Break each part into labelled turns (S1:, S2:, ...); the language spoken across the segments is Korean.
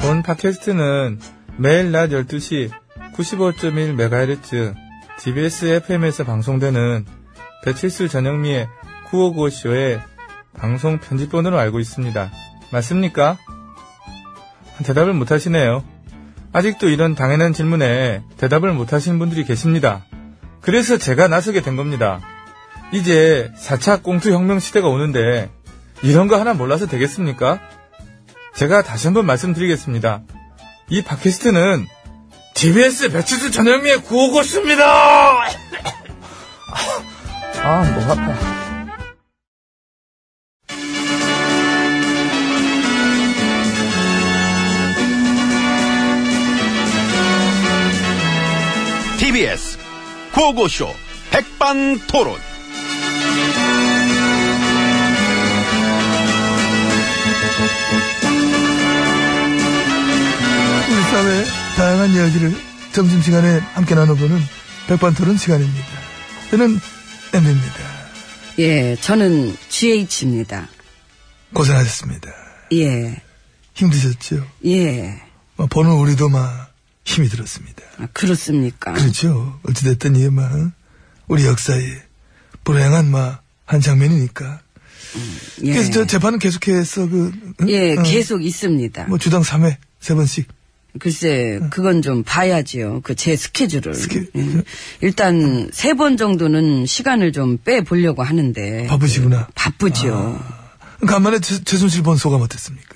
S1: 본 팟캐스트는 매일 낮 12시 95.1MHz TBS FM에서 방송되는 배칠수 전영미의 9595쇼의 방송 편집본으로 알고 있습니다. 맞습니까? 대답을 못하시네요. 아직도 이런 당연한 질문에 대답을 못하신 분들이 계십니다. 그래서 제가 나서게 된 겁니다. 이제 4차 공투혁명 시대가 오는데 이런 거 하나 몰라서 되겠습니까? 제가 다시 한번 말씀드리겠습니다. 이 팟캐스트는 TBS 배치수 전영미의 구호고수입니다! 아, 목 아파.
S2: TBS 고고쇼 백반토론.
S3: 우리 사회의 다양한 이야기를 점심시간에 함께 나눠보는 백반토론 시간입니다. 저는 엠비입니다.
S4: 예, 저는 GH입니다.
S3: 고생하셨습니다.
S4: 예,
S3: 힘드셨죠?
S4: 예,
S3: 막 보는 우리도 막 힘이 들었습니다.
S4: 아, 그렇습니까?
S3: 그렇죠. 어찌됐든 이게 막 우리 역사의 불행한 막 한 장면이니까.
S4: 예,
S3: 그래서 저 재판은 계속해서 그 응?
S4: 예
S3: 어,
S4: 계속 있습니다.
S3: 뭐 주당 3회 세 번씩
S4: 글쎄, 그건 좀 봐야지요. 그 제 스케줄을.
S3: 스케-
S4: 예. 일단 세 번 정도는 시간을 좀 빼보려고 하는데.
S3: 바쁘시구나.
S4: 바쁘죠.
S3: 아. 간만에 최, 최순실 본 소감 어땠습니까?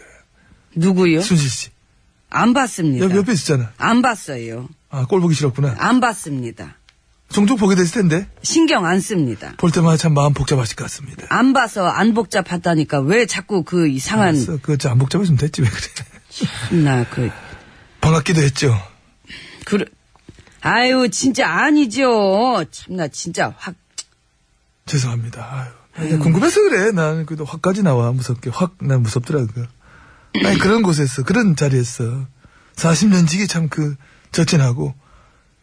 S4: 누구요?
S3: 순실 씨
S4: 안 봤습니다.
S3: 옆, 옆에 있었잖아.
S4: 안 봤어요.
S3: 아 꼴 보기 싫었구나.
S4: 안 봤습니다.
S3: 종종 보게 됐을 텐데
S4: 신경 안 씁니다.
S3: 볼 때마다 참 마음 복잡하실 것 같습니다.
S4: 안 봐서 안 복잡하다니까 왜 자꾸 그 이상한
S3: 알았어. 그거 저안 복잡해지면 됐지, 왜 그래.
S4: 나그
S3: 반갑기도 했죠.
S4: 그래. 아유, 진짜 아니죠. 참나, 진짜 확.
S3: 죄송합니다. 아유. 아니,
S4: 음.
S3: 궁금해서 그래. 난 그래도 확까지 나와. 무섭게. 확, 난 무섭더라, 그거. 아니, 그런 곳에서, 그런 자리에서. 40년 지기 참 그, 절친하고.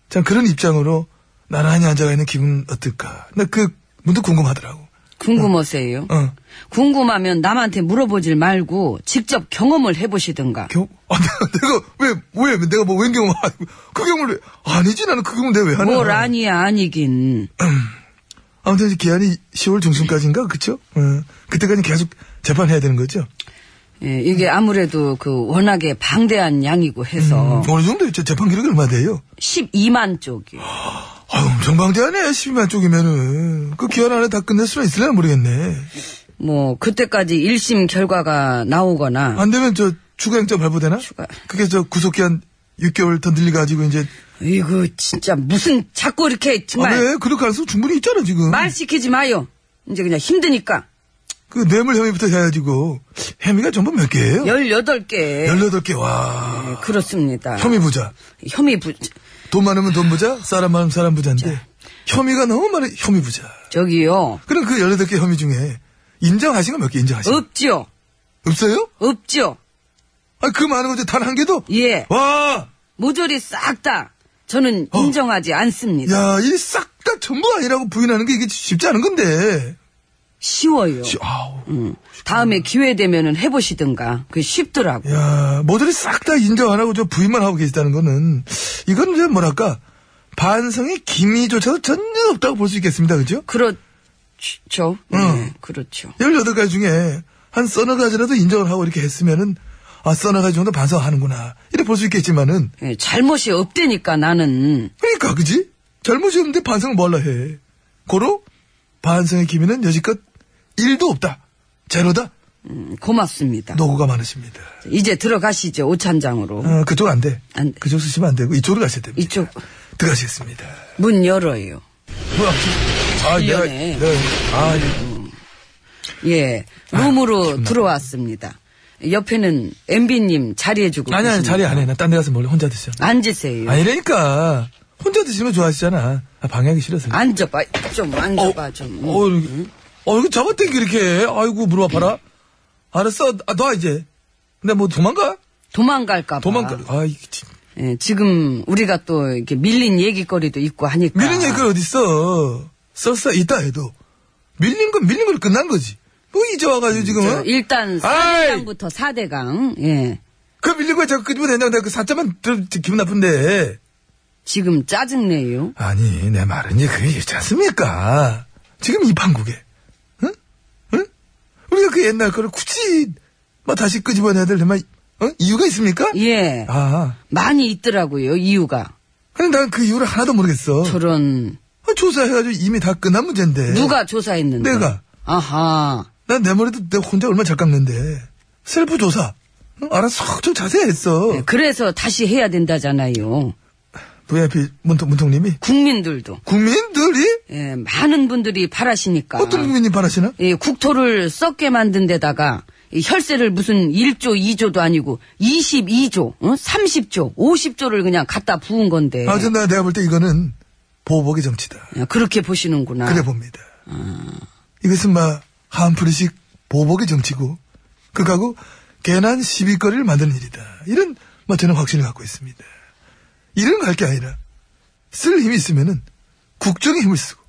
S3: 참 그런 입장으로 나란히 앉아가 있는 기분 어떨까. 나 그, 문득 궁금하더라고.
S4: 궁금하세요?
S3: 어.
S4: 궁금하면 남한테 물어보질 말고 직접 경험을 해보시든가.
S3: 경, 아, 내가, 내가 왜, 왜, 내가 뭐, 웬 경험, 아, 그 경험을 왜, 아니지, 나는 그 경험 내가 왜 하나.
S4: 뭘 아니야, 아니긴.
S3: 아무튼 이제 기한이 10월 중순까지인가 그쵸? 어, 그때까지 계속 재판해야 되는 거죠?
S4: 예, 이게 아무래도 그 워낙에 방대한 양이고 해서
S3: 어느 정도였죠? 재판 기록이 얼마 돼요?
S4: 12만 쪽이.
S3: 아유 엄청 방대하네 12만 쪽이면은 그 기한 안에 다 끝낼 수는 있을려나 모르겠네
S4: 뭐, 그때까지 1심 결과가 나오거나.
S3: 안 되면 저 추가영장 발부되나?
S4: 추가.
S3: 그게 저 구속기한 6개월 더 늘려가지고 이제
S4: 이거 진짜 무슨 자꾸 이렇게
S3: 아,
S4: 정말
S3: 왜? 그럴 가능성 충분히 있잖아 지금
S4: 말 시키지 마요. 이제 그냥 힘드니까.
S3: 그 뇌물 혐의부터 해가지고 혐의가 전부 몇 개예요?
S4: 18개. 예,
S3: 18개 와
S4: 그렇습니다.
S3: 혐의 부자
S4: 혐의 부,
S3: 돈 많으면 돈 부자 사람 많으면 사람 부자인데 혐의가 너무 많아 혐의 부자
S4: 저기요.
S3: 그럼 그 18개 혐의 중에 인정하신 거 몇 개 인정하신 거?
S4: 없지요.
S3: 없어요?
S4: 없지요.
S3: 아, 그 많은 거지. 단 한 개도?
S4: 예.
S3: 와!
S4: 모조리 싹 다. 저는 인정하지 않습니다.
S3: 어? 야, 이 싹 다 전부 아니라고 부인하는 게 이게 쉽지 않은 건데.
S4: 쉬워요.
S3: 지- 아우.
S4: 다음에 기회 되면은 해보시든가. 그
S3: 예.
S4: 쉽더라고.
S3: 야, 모델이 싹 다 인정 안 하고 저 부인만 하고 계시다는 거는, 이건 이제 뭐랄까, 반성의 기미조차도 전혀 없다고 볼 수 있겠습니다. 그죠?
S4: 그렇죠. 네, 그렇죠.
S3: 18가지 중에 한 서너 가지라도 인정을 하고 이렇게 했으면은, 아, 서너 가지 정도 반성하는구나. 이렇게 볼 수 있겠지만은,
S4: 예, 잘못이 없대니까 나는.
S3: 그러니까 그지? 잘못이 없는데 반성을 뭘라 해? 고로 반성의 기미는 여지껏 1도 없다. 제로다.
S4: 음, 고맙습니다.
S3: 노고가 많으십니다.
S4: 이제 들어가시죠. 오찬장으로.
S3: 어, 그쪽 안 돼.
S4: 안 돼.
S3: 그쪽 쓰시면 안 되고 이쪽으로 가셔야 됩니다.
S4: 이쪽. 아,
S3: 들어가시겠습니다.
S4: 문 열어요.
S3: 아, 내가,
S4: 실례네.
S3: 내가, 아,
S4: 예. 룸으로 들어왔습니다. 옆에는 MB님 자리해주고.
S3: 아니, 아니,
S4: 계십니다.
S3: 자리 안 해. 나 딴 데 가서 몰래 혼자 드셔.
S4: 음. 앉으세요.
S3: 아니라니까. 혼자 드시면 좋아하시잖아. 아, 방해하기 싫어서.
S4: 앉아봐. 좀 앉아봐, 좀.
S3: 어, 이렇게- 어, 이거 잡아당기 이렇게 해. 아이고, 무릎 아파라. 알았어. 아, 놔, 이제. 근데 뭐 도망가?
S4: 도망갈까봐.
S3: 도망가. 아, 이 참.
S4: 예, 지금 우리가 또 이렇게 밀린 얘기거리도 있고 하니까.
S3: 밀린 얘기 어딨어. 썰사 있다 해도. 밀린 건 밀린 걸로 끝난 거지. 뭐 이제 와가지고 지금.
S4: 음, 저
S3: 은
S4: 일단
S3: 아이!
S4: 4대강부터 4대강. 예.
S3: 그 밀린 거에 자꾸 끄집어내냐고 내가 그 4자만 들어 기분 나쁜데.
S4: 지금 짜증내요.
S3: 아니, 내 말은 이제 그게 있지 않습니까? 지금 이 판국에. 응? 응? 우리가 그 옛날 거를 굳이, 뭐 다시 끄집어내야 될, 뭐, 어? 이유가 있습니까?
S4: 예.
S3: 아.
S4: 많이 있더라고요, 이유가.
S3: 근데 난 그 이유를 하나도 모르겠어.
S4: 저런,
S3: 아, 조사해가지고 이미 다 끝난 문제인데.
S4: 누가 조사했는데?
S3: 네. 내가.
S4: 아하.
S3: 난 내 머리도 내가 혼자 얼마나 잘 깎는데. 셀프 조사. 응? 알아서 좀 자세히 했어.
S4: 네, 그래서 다시 해야 된다잖아요.
S3: VIP 문통, 문통님이.
S4: 국민들도.
S3: 국민들이?
S4: 예, 많은 분들이 바라시니까.
S3: 어떤 국민이 바라시나?
S4: 예, 국토를 썩게 만든 데다가 이 혈세를 무슨 1조, 2조도 아니고 22조, 어? 30조, 50조를 그냥 갖다 부은 건데.
S3: 아, 전 나- 내가 볼 때 이거는 보복의 정치다.
S4: 예, 그렇게 보시는구나.
S3: 그래 봅니다. 이것은 막 한풀이식 보복의 정치고 그하고 괜한 시비거리를 만드는 일이다. 이런 막 저는 확신을 갖고 있습니다. 이런 거 할 게 아니라 쓸 힘이 있으면은 국정에 힘을 쓰고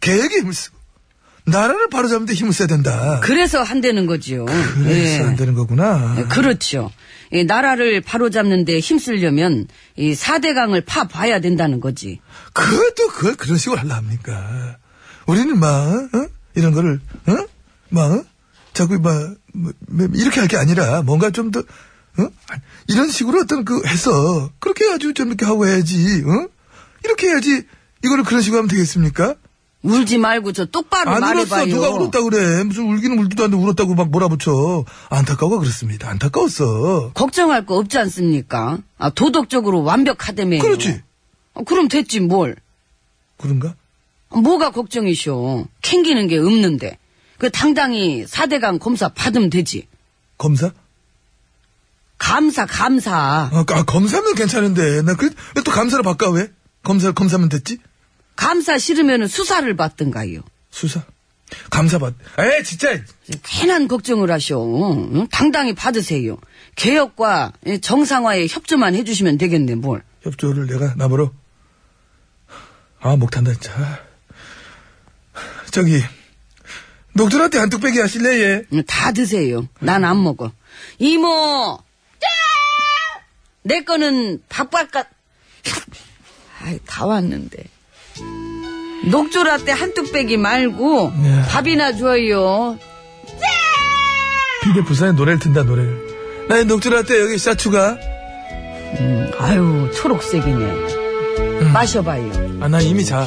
S3: 계획에 힘을 쓰고 나라를 바로잡는 데 힘을 써야 된다.
S4: 그래서 한다는 거지요.
S3: 그래서 안 되는 거구나.
S4: 예, 그렇죠. 이 나라를 바로잡는데 힘쓰려면 이 4대강을 파봐야 된다는 거지.
S3: 그것도 그걸 그런 식으로 하려 합니까? 우리는 막 어? 이런 거를 어? 막 어? 자꾸 막 뭐, 뭐, 이렇게 할 게 아니라 뭔가 좀 더 어? 이런 식으로 어떤 그 해서 그렇게 아주 좀 이렇게 하고 해야지 어? 이렇게 해야지 이거를 그런 식으로 하면 되겠습니까?
S4: 울지 말고 저 똑바로
S3: 안 울었어
S4: 말해봐요.
S3: 누가 울었다 그래 무슨 울기는 울지도 않는데 울었다고 막 몰아붙여 안타까워 그렇습니다 안타까웠어
S4: 걱정할 거 없지 않습니까? 아, 도덕적으로 완벽하다며요.
S3: 그렇지
S4: 어, 그럼 됐지 뭘.
S3: 그런가?
S4: 뭐가 걱정이쇼. 캥기는 게 없는데. 그 당당히 4대강 검사 받으면 되지.
S3: 검사?
S4: 감사, 감사.
S3: 아, 아, 검사면 괜찮은데 나그또 감사로 바꿔 왜? 검사 검사면 됐지?
S4: 감사 싫으면 수사를 받든가요.
S3: 수사 감사받 에 진짜
S4: 괜한 걱정을 하셔. 응? 당당히 받으세요. 개혁과 정상화에 협조만 해주시면 되겠네, 뭘.
S3: 협조를 내가 나보러 아 목탄다 진짜 저기 녹두라떼 한 뚝배기 하실래 예
S4: 응, 음, 다 드세요. 난 안 먹어. 이모! 내 거는 밥밥값. 아이, 다 왔는데. 녹조라떼 한 뚝배기 말고
S3: 네.
S4: 밥이나 줘요.
S3: 비대 부산에 노래를 튼다 노래를 나의 녹두라떼 여기 샤추가
S4: 아유, 초록색이네.
S3: 음.
S4: 마셔봐요.
S3: 아 나 이미 자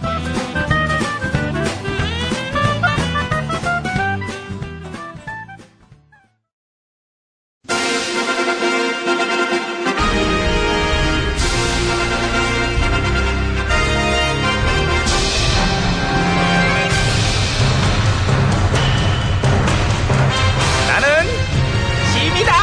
S2: 나는 짐이다.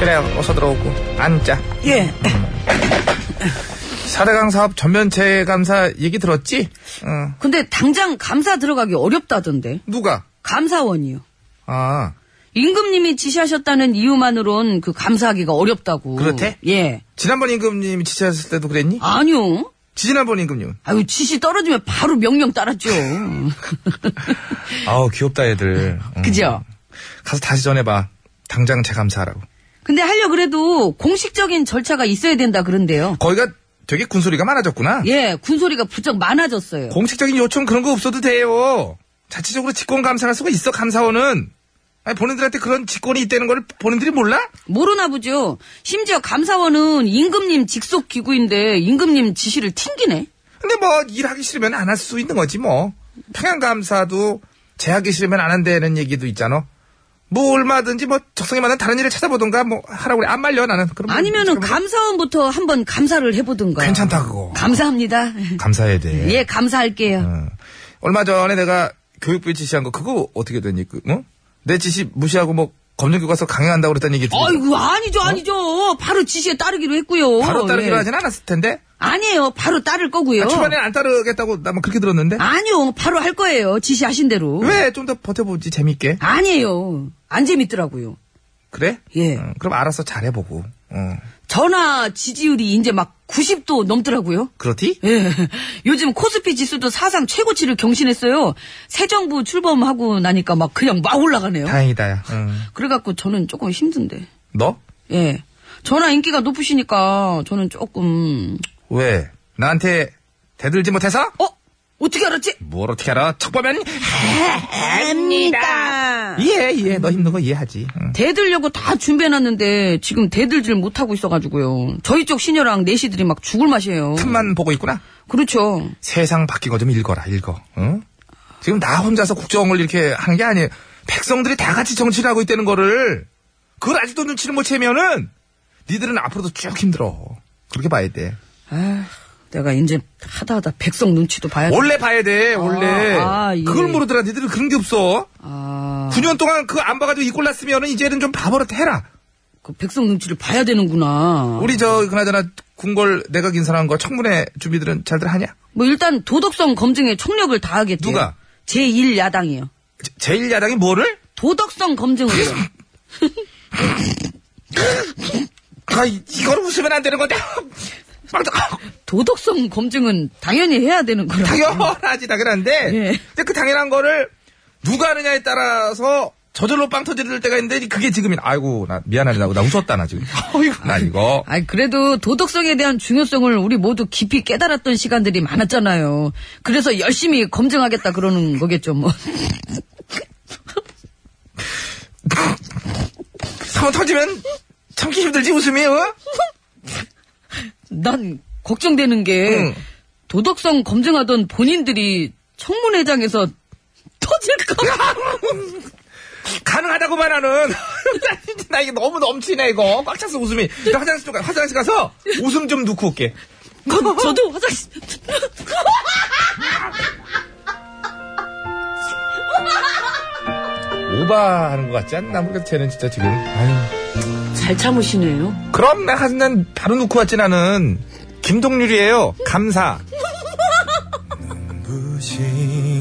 S1: 그래, 어서 들어오고. 앉자.
S4: 예.
S1: 사대강 사업 전면 재감사 얘기 들었지? 응.
S4: 근데 당장 감사 들어가기 어렵다던데.
S1: 누가?
S4: 감사원이요.
S1: 아,
S4: 임금님이 지시하셨다는 이유만으론 그 감사하기가 어렵다고.
S1: 그렇대?
S4: 예.
S1: 지난번 임금님이 지시하셨을 때도 그랬니?
S4: 아니요.
S1: 지난번 임금님.
S4: 아유, 지시 떨어지면 바로 명령 따랐죠.
S1: 아우, 귀엽다, 애들. 응.
S4: 그죠?
S1: 가서 다시 전해봐. 당장 재감사하라고.
S4: 근데 하려 그래도 공식적인 절차가 있어야 된다 그런데요.
S1: 거기가 되게 군소리가 많아졌구나.
S4: 예, 군소리가 부쩍 많아졌어요.
S1: 공식적인 요청 그런 거 없어도 돼요. 자체적으로 직권 감사할 수가 있어 감사원은. 아니 본인들한테 그런 직권이 있다는 걸 본인들이 몰라?
S4: 모르나 보죠. 심지어 감사원은 임금님 직속 기구인데 임금님 지시를 튕기네.
S1: 근데 뭐 일하기 싫으면 안 할 수 있는 거지 뭐. 평양 감사도 제하기 싫으면 안 한다는 얘기도 있잖아. 뭐 얼마든지 뭐 적성에 맞는 다른 일을 찾아보던가 뭐 하라고 그래 안 말려 나는. 그럼
S4: 아니면은
S1: 잠깐만.
S4: 감사원부터 한번 감사를 해보든가.
S1: 괜찮다 그거.
S4: 감사합니다.
S1: 감사해야 돼.
S4: 예, 감사할게요.
S1: 어. 얼마 전에 내가 교육부에 지시한 거 그거 어떻게 됐니? 그, 어? 내 지시 무시하고 뭐 검정 교과서 강행한다고 그랬다는 얘기 들었어.
S4: 아이고 아니죠 아니죠. 바로 지시에 따르기로 했고요.
S1: 바로 따르기로
S4: 예.
S1: 하진 않았을 텐데.
S4: 아니에요. 바로 따를 거고요.
S1: 아, 초반에는 안 따르겠다고 나만 그렇게 들었는데.
S4: 아니요. 바로 할 거예요. 지시하신 대로.
S1: 왜 좀 더 버텨보지 재밌게.
S4: 아니에요. 안 재밌더라고요.
S1: 그래?
S4: 예.
S1: 어, 그럼 알아서 잘해보고. 어.
S4: 전화 지지율이 이제 막 90도 넘더라고요.
S1: 그렇디?
S4: 예. 요즘 코스피 지수도 사상 최고치를 경신했어요. 새 정부 출범하고 나니까 막 그냥 막 올라가네요.
S1: 다행이다. 야. 응.
S4: 그래갖고 저는 조금 힘든데.
S1: 너?
S4: 예. 전화 인기가 높으시니까 저는 조금
S1: 왜? 나한테 대들지 못해서?
S4: 어 어떻게 알았지?
S1: 뭘 어떻게 알아? 척 보면
S4: 압니다.
S1: 이해 이해 너 힘든 거 이해하지. 응.
S4: 대들려고 다 준비해놨는데 지금 대들질 못하고 있어가지고요. 저희 쪽 시녀랑 내시들이 막 죽을 맛이에요.
S1: 틈만 보고 있구나.
S4: 그렇죠.
S1: 세상 바뀐 거 좀 읽어라, 읽어. 응? 지금 나 혼자서 국정을 이렇게 하는 게 아니에요. 백성들이 다 같이 정치를 하고 있다는 거를, 그걸 아직도 눈치를 못 채면은, 니들은 앞으로도 쭉 힘들어. 그렇게 봐야 돼.
S4: 아, 내가 이제 하다 하다 백성 눈치도 봐야 돼.
S1: 원래 봐야 돼, 원래.
S4: 아, 예.
S1: 그걸 모르더라. 니들은 그런 게 없어.
S4: 아,
S1: 9년 동안 그거 안 봐가지고 이 꼴 났으면은 이제는 좀 바보로 해라.
S4: 그 백성 눈치를 봐야 되는구나.
S1: 우리 저, 그나저나, 궁궐 내각 인사한 거 청문회 준비들은 잘들 하냐?
S4: 뭐 일단 도덕성 검증에 총력을 다하겠대요.
S1: 누가?
S4: 제1야당이요.
S1: 제, 일야당이 뭐를?
S4: 도덕성 검증을. 해요.
S1: 그 아, 이- 이걸 웃으면 안 되는 건데. 빵떡.
S4: 도덕성 검증은 당연히 해야 되는 거라.
S1: 당연하지 당연한데
S4: 예.
S1: 근데 그 당연한 거를 누가 하느냐에 따라서 저절로 빵 터질 때가 있는데 그게 지금이 아이고 나 미안하다 나 웃었다 나 지금 어이구 나 이거
S4: 아니 그래도 도덕성에 대한 중요성을 우리 모두 깊이 깨달았던 시간들이 많았잖아요. 그래서 열심히 검증하겠다 그러는 거겠죠 뭐.
S1: 한번 터지면 참기 힘들지 웃음이 어?
S4: 난 걱정되는 게
S1: 응.
S4: 도덕성 검증하던 본인들이 청문회장에서 터질까 봐.
S1: 가능하다고만 하는 나 진짜 나 이게 너무 넘치네 이거 꽉 찼어 웃음이 나 화장실 좀 가, 화장실 가서 웃음 좀 넣고 올게
S4: 저도 화장실.
S1: 오바하는 것 같지 않나 모르겠어 쟤는 진짜 지금 아유.
S4: 잘 참으시네요.
S1: 그럼 나 한 난 바로 놓고 왔지 나는 김동률이에요 감사
S3: 무심